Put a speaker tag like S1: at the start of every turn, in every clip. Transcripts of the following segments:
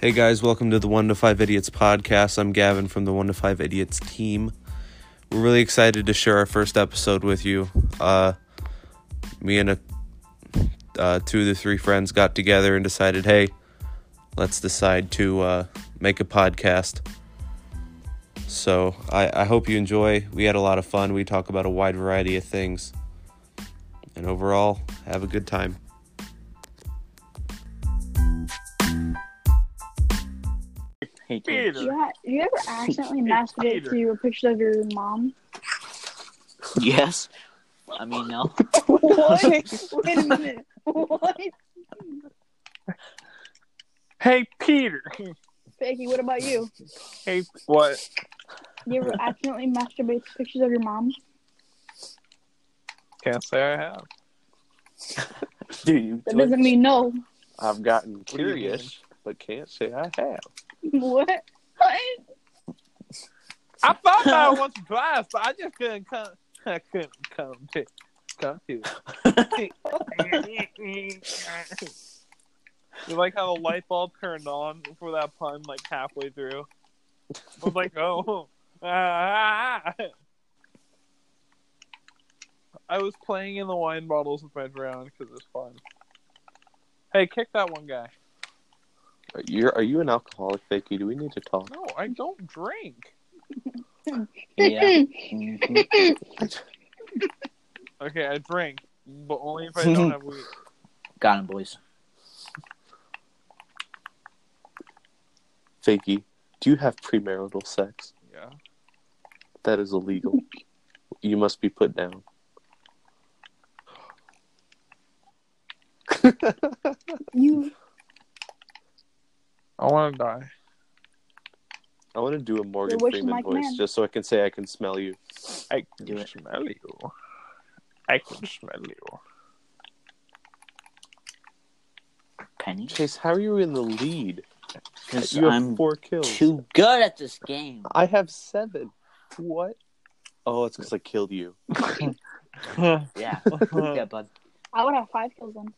S1: Hey guys, welcome to the 1 to 5 Idiots podcast. I'm Gavin from the 1 to 5 Idiots team. We're really excited to share our first episode with you. Uh, me and a, uh, two of the three friends got together and decided, hey, let's decide to uh, make a podcast. So I, I hope you enjoy. We had a lot of fun. We talk about a wide variety of things. And overall, have a good time.
S2: Hey, kid.
S3: You,
S4: Peter.
S3: ha- you ever accidentally masturbate
S4: Peter.
S3: to a picture of your mom?
S2: Yes. I mean, no.
S3: What? Wait a minute. What?
S4: Hey, Peter.
S3: Becky, what about you?
S4: Hey, what?
S3: You ever accidentally masturbate to pictures of your mom?
S4: Can't say I have.
S5: Dude, you
S3: That doesn't mean no.
S5: I've gotten
S4: do you
S5: curious, but can't say I have.
S3: What? What?
S4: I thought about it once or twice, but I just couldn't come. I couldn't come to. Come to. it. you like how the light bulb turned on for that pun, like halfway through. I was like, oh. Ah. I was playing in the wine bottles with my friend because it's fun. Hey, kick that one guy.
S5: Are you are you an alcoholic, Vicky? Do we need to talk?
S4: No, I don't drink.
S2: Yeah. Mm-hmm.
S4: Okay, I drink, but only if I don't have weed.
S2: Got him, boys.
S5: Vicky, do you have premarital sex?
S4: Yeah.
S5: That is illegal. you must be put down.
S3: You
S4: I want to die.
S5: I want to do a Morgan
S3: You're wishing
S5: Freeman
S3: like
S5: voice
S3: man.
S5: just so I can say I can smell you.
S4: I
S2: Do
S4: can
S2: it.
S4: smell you. I can smell you.
S2: Penny.
S5: Chase, how are you in the lead?
S2: Because
S5: You have
S2: I'm
S5: four kills.
S2: too good at this game.
S5: I have seven. What? Oh, it's because I killed you.
S2: Yeah.
S4: Uh-huh.
S2: yeah, bud.
S3: I would have five kills then.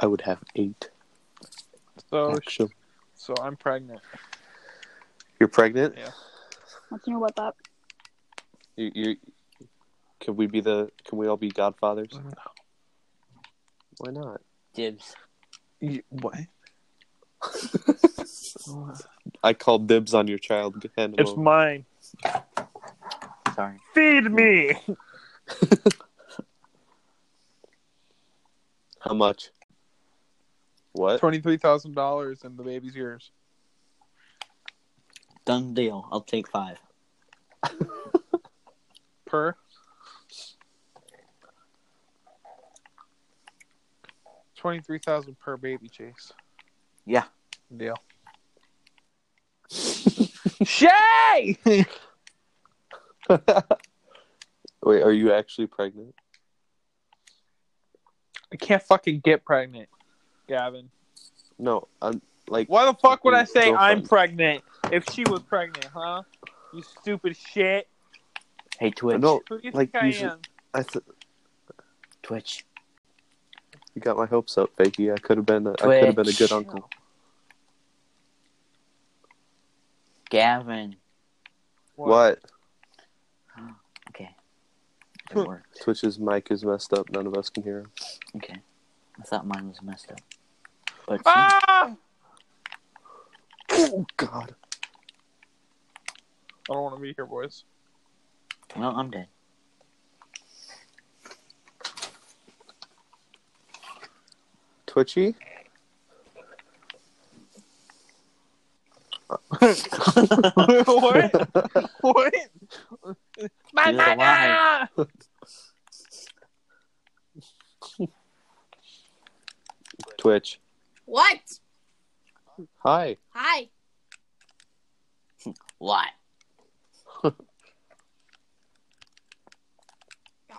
S5: I would have eight.
S4: so, sh-
S5: Actually.
S4: so I'm pregnant.
S5: You're pregnant.
S4: Yeah.
S3: Let's know about that.
S5: You, you. Can we be the? Can we all be godfathers? Why not?
S2: Dibs.
S4: You, what?
S5: I called dibs on your child. Hand him
S4: It's
S5: over.
S4: mine.
S2: Sorry.
S4: Feed me.
S5: How much? What?
S4: Uh, Twenty-three thousand dollars, and the baby's yours.
S2: Done deal. I'll take five.
S4: Per. Twenty-three thousand per baby, Chase.
S2: Yeah.
S4: Deal. Shay.
S5: Wait, are you actually pregnant?
S4: I can't fucking get pregnant, Gavin.
S5: No, I'm like
S4: Why the fuck would I say
S5: Girlfriend.
S4: I'm pregnant if she was pregnant, huh? You stupid shit.
S2: Hey, Twitch.
S5: no.
S4: Who do you
S5: Like,
S4: think I
S5: you should-
S4: am?
S5: I th-
S2: Twitch.
S5: you got my hopes up, Fakey. I could have been. A, I could have been a
S2: Twitch.
S5: good uncle.
S2: Gavin.
S5: What?
S2: Okay. It worked.
S5: Twitch's mic is messed up. None of us can hear him.
S2: Okay. I thought mine was messed up. But
S4: Ah!
S5: Oh God!
S4: I don't want to be here, boys.
S2: well, I'm dead.
S5: Twitchy.
S4: what? what? Banana!
S5: Twitch.
S6: What?
S5: Hi.
S6: Hi.
S2: What?
S6: Got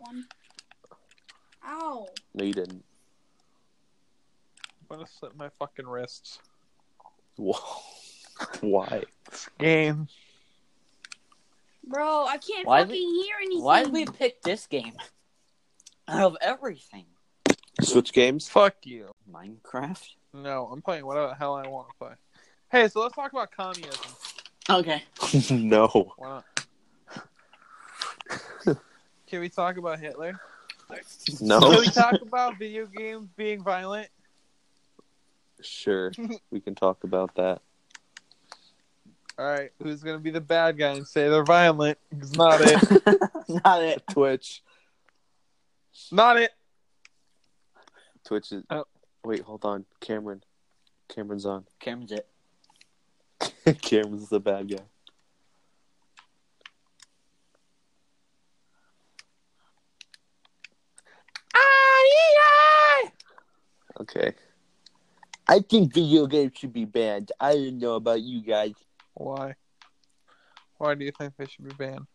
S6: one. Ow.
S5: No, you didn't.
S4: I'm gonna slip my fucking wrists.
S5: Whoa. Why?
S4: Game.
S6: Bro, I can't
S2: Why
S6: fucking hear anything.
S2: Why did we pick this game? Out of everything.
S5: Switch games.
S4: Fuck you.
S2: Minecraft?
S4: No, I'm playing whatever the hell I want to play. Hey, so let's talk about communism.
S2: Okay.
S5: no.
S4: Why not? Can we talk about Hitler? Can
S5: No.
S4: we talk about video games being violent?
S5: sure. We can talk about that.
S4: All right, who's gonna be the bad guy and say they're violent? It's not it.
S2: Not it.
S5: Twitch.
S4: not it.
S5: Twitch is.
S4: Oh.
S5: Wait, hold on. Cameron. Cameron's on.
S2: Kim's it.
S5: Cameron's the bad guy. Okay.
S7: I think video games should be banned. I don't know about you guys.
S4: Why? Why do you think they should be banned?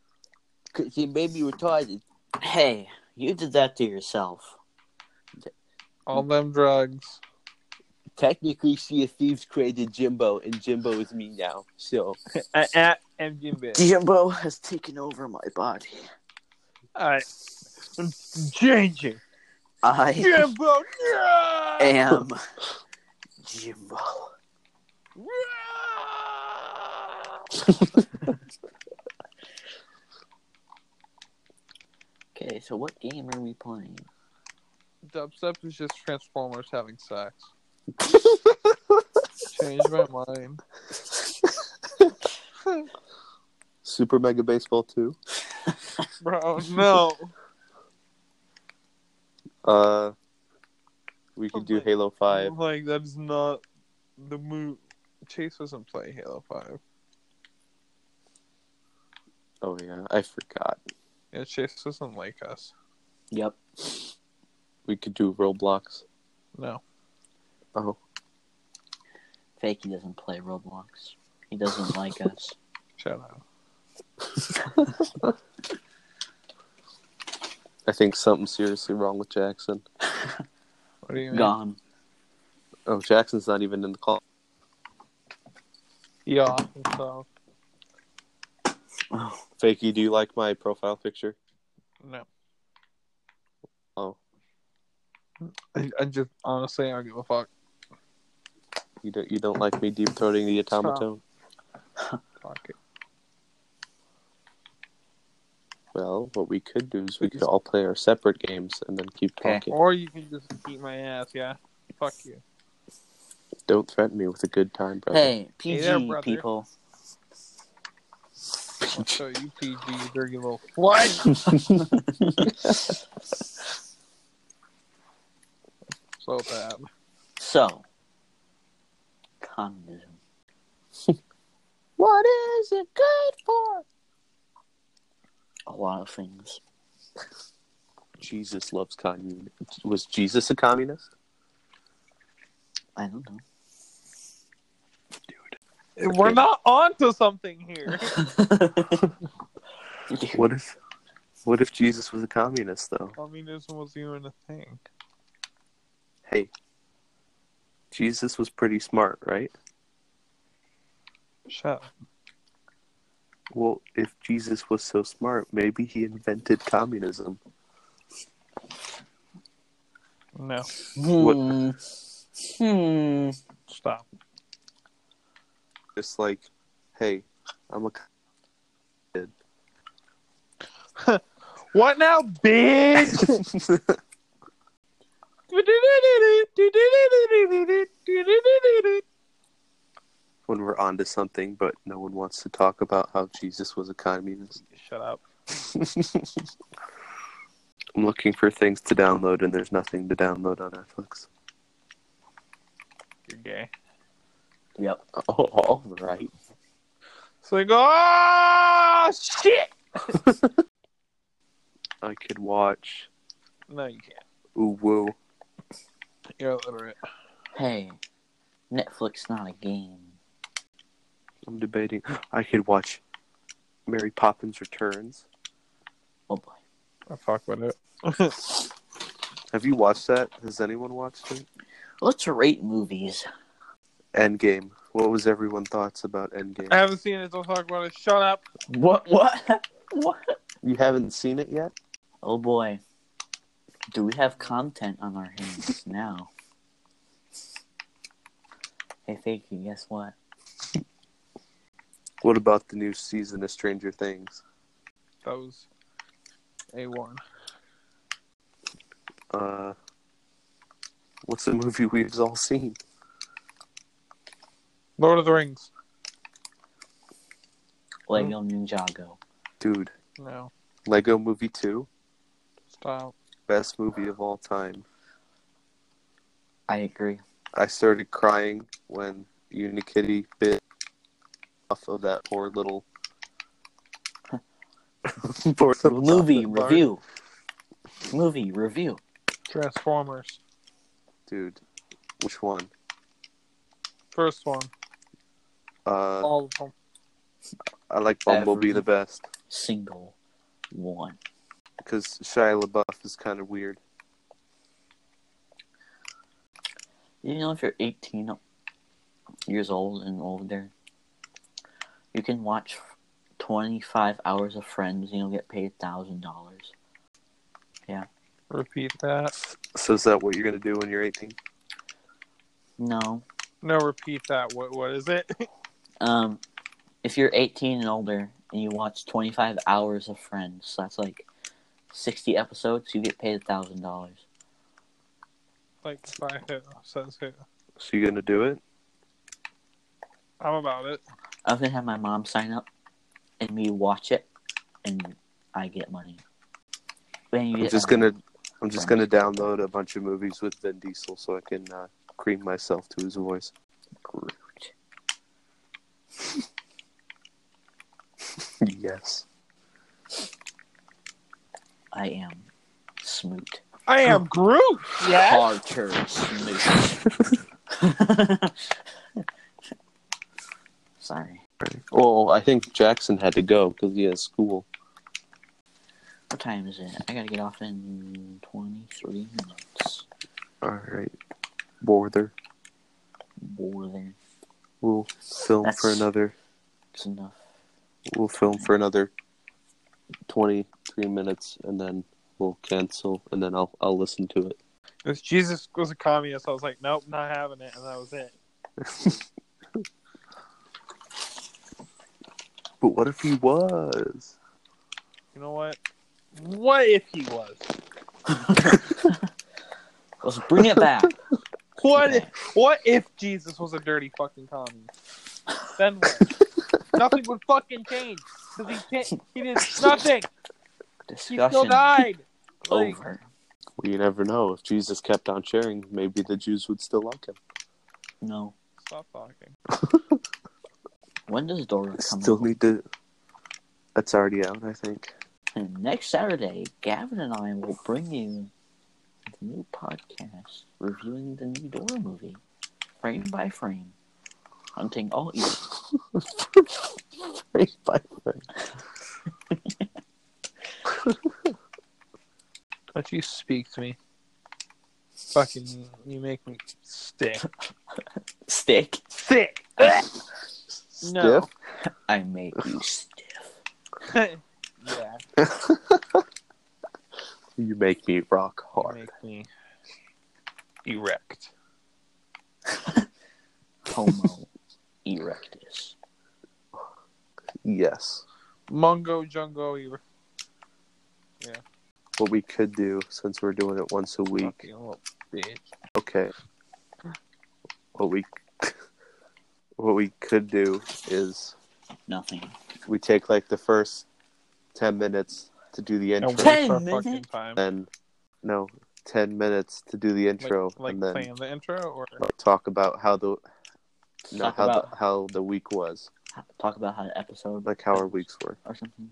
S7: Cause it may be retarded.
S2: Hey, you did that to yourself.
S4: All them drugs.
S7: Technically, Sea of Thieves created Jimbo, and Jimbo is me now. So
S4: At, at MGB.
S2: Jimbo has taken over my body.
S4: All right, I'm changing.
S2: I
S4: Yeah, bro. Yeah!
S2: am Jimbo. Okay, so what game are we playing?
S4: Dubstep is just Transformers having sex. Changed my mind.
S5: Super Mega Baseball 2.
S4: Bro, no.
S5: Uh, we can do
S4: Okay.
S5: Halo 5.
S4: Like, that is not the move. Chase doesn't play Halo 5.
S5: Oh, yeah. I forgot.
S4: Yeah, Chase doesn't like us.
S2: Yep.
S5: We could do Roblox.
S4: No.
S5: Oh.
S2: Fakey doesn't play Roblox. He doesn't like us.
S4: Shut up.
S5: I think something's seriously wrong with Jackson.
S4: What do you mean?
S2: Gone.
S5: Oh, Jackson's not even in the call.
S4: Yeah. So,
S5: Fakey, do you like my profile picture?
S4: no.
S5: Oh,
S4: I, I just, honestly, I don't give a fuck.
S5: you don't you don't like me deep throating the automaton?
S4: Fuck it.
S5: Well, what we could do is we could all play our separate games and then keep
S2: Okay.
S5: talking.
S4: Or you can just beat my ass, yeah? Fuck you.
S5: Don't threaten me with a good time, brother.
S2: Hey, PG
S4: there, brother.
S2: people.
S4: I'll show you PG, you dirty little. What? so bad.
S2: So, communism.
S7: what is it good for?
S2: A lot of things.
S5: Jesus loves communism. Was Jesus a communist?
S2: I don't know.
S4: We're not onto something here.
S5: What if what if Jesus was a communist though?
S4: Communism was even a thing.
S5: Hey. Jesus was pretty smart, right?
S4: Shut up.
S5: Well, if Jesus was so smart, maybe he invented communism.
S4: No.
S5: What-
S2: Hmm.
S4: Stop.
S5: Just like, hey, I'm a kid.
S4: What now, bitch?
S5: when we're onto something, but no one wants to talk about how Jesus was a communist.
S4: Shut up.
S5: I'm looking for things to download, and there's nothing to download on Netflix.
S4: You're gay.
S2: Yep.
S5: Oh, all right.
S4: It's like, oh, shit!
S5: I could watch
S4: No, you can't.
S5: Ooh Woo.
S4: You're illiterate.
S2: Hey, Netflix not a game.
S5: I'm debating. I could watch Mary Poppins Returns.
S2: Oh boy.
S4: I fuck with it.
S5: Have you watched that? Has anyone watched it?
S2: Let's rate movies.
S5: Endgame. What was everyone's thoughts about Endgame?
S4: I haven't seen it. Don't talk about it. Shut up.
S2: Uh, What? What? What?
S5: You haven't seen it yet?
S2: Oh boy. Do we have content on our hands now? Hey, Fakey, guess what?
S5: What about the new season of Stranger Things?
S4: That was a one.
S5: Uh, what's the movie we've all seen?
S4: Lord of the Rings.
S2: Lego Ninjago.
S5: Dude,
S4: No,
S5: Lego Movie 2,
S4: stop.
S5: best movie of all time.
S2: I agree.
S5: I started crying when Unikitty bit off of that poor little. poor little
S2: Movie
S5: chocolate bar.
S2: review. Movie review.
S4: Transformers.
S5: Dude, which one?
S4: First one.
S5: Uh,
S4: All of them.
S5: I like Bumblebee
S2: Every-
S5: the best
S2: Single one.
S5: because Shia LaBeouf is kind of weird.
S2: You know, if you're 18 years old and older, you can watch 25 hours of Friends and you'll get paid $1,000.
S4: Repeat that.
S5: So is that what you're gonna do when you're 18?
S2: No.
S4: No, repeat that. What? What is it?
S2: Um, if you're 18 and older and you watch 25 hours of Friends, so that's like 60 episodes, you get paid $1,000.
S4: like by who? Says who?
S5: So you gonna do it?
S4: I'm about it.
S2: I was gonna have my mom sign up and me watch it and I get money. Then you
S5: I'm
S2: get
S5: just
S2: money.
S5: gonna, I'm just gonna download a bunch of movies with Vin Diesel so I can uh, cream myself to his voice.
S2: Groot.
S5: Yes.
S2: I am Smoot.
S4: I am Groot.
S2: Carter Smoot. Sorry.
S5: Well, I think Jackson had to go because he has school.
S2: What time is it? I gotta get off in 23 minutes.
S5: All right. Border.
S2: More than
S5: We'll film for
S2: That's-
S5: another.
S2: it's enough.
S5: We'll film for another twenty-three minutes, and then we'll cancel, and then I'll I'll listen to it.
S4: If Jesus was a communist, I was like, nope, not having it, and that was it.
S5: But what if he was?
S4: You know what? What if he was?
S2: Let's bring it back.
S4: What if, what if Jesus was a dirty fucking communist? Then what? nothing would fucking change. 'Cause he, can't, he did nothing. He still
S2: Discussion
S4: died. Like,
S2: over.
S5: Well, you never know. If Jesus kept on sharing, maybe the Jews would still like him.
S2: No.
S4: stop talking.
S2: When does Dora come
S5: Still
S2: out?
S5: need to. That's already out, I think.
S2: And next Saturday, Gavin and I will bring you the new podcast reviewing the new Dora movie, frame by frame, hunting all evil.
S5: Right, bye, bye.
S4: Don't you speak to me. Fucking, you make me stick.
S2: Stick.
S4: Sick. No.
S5: Stiff?
S2: I make you stiff.
S4: yeah.
S5: You make me rock
S4: You
S5: hard.
S4: make me erect.
S2: Homo erectus.
S5: Yes.
S4: Mungo Jungo erect.
S5: What we could do, since we're doing it once a week.
S4: Fucking little bitch.
S5: Okay. What we. What we could do is
S2: Nothing.
S5: we take like the first ten minutes to do the
S4: And
S5: intro,
S4: waste our
S2: Ten
S4: fucking
S2: minutes.
S4: time.
S5: then no, ten minutes to do the
S4: Like,
S5: intro,
S4: like
S5: and then
S4: playing the intro or
S5: like, talk about how the no,
S2: Talk
S5: how
S2: about-
S5: the, how the week was,
S2: Talk about how the episode
S5: like how our weeks were.
S2: or something.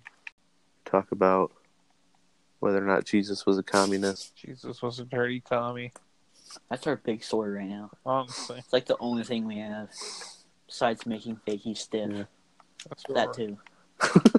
S5: Talk about whether or not Jesus was a communist.
S4: Jesus was a dirty commie.
S2: That's our big story right now.
S4: Honestly,
S2: It's like the only thing we have besides making fakey stiff.
S5: Yeah.
S4: that's what
S2: That
S4: we're-
S2: too.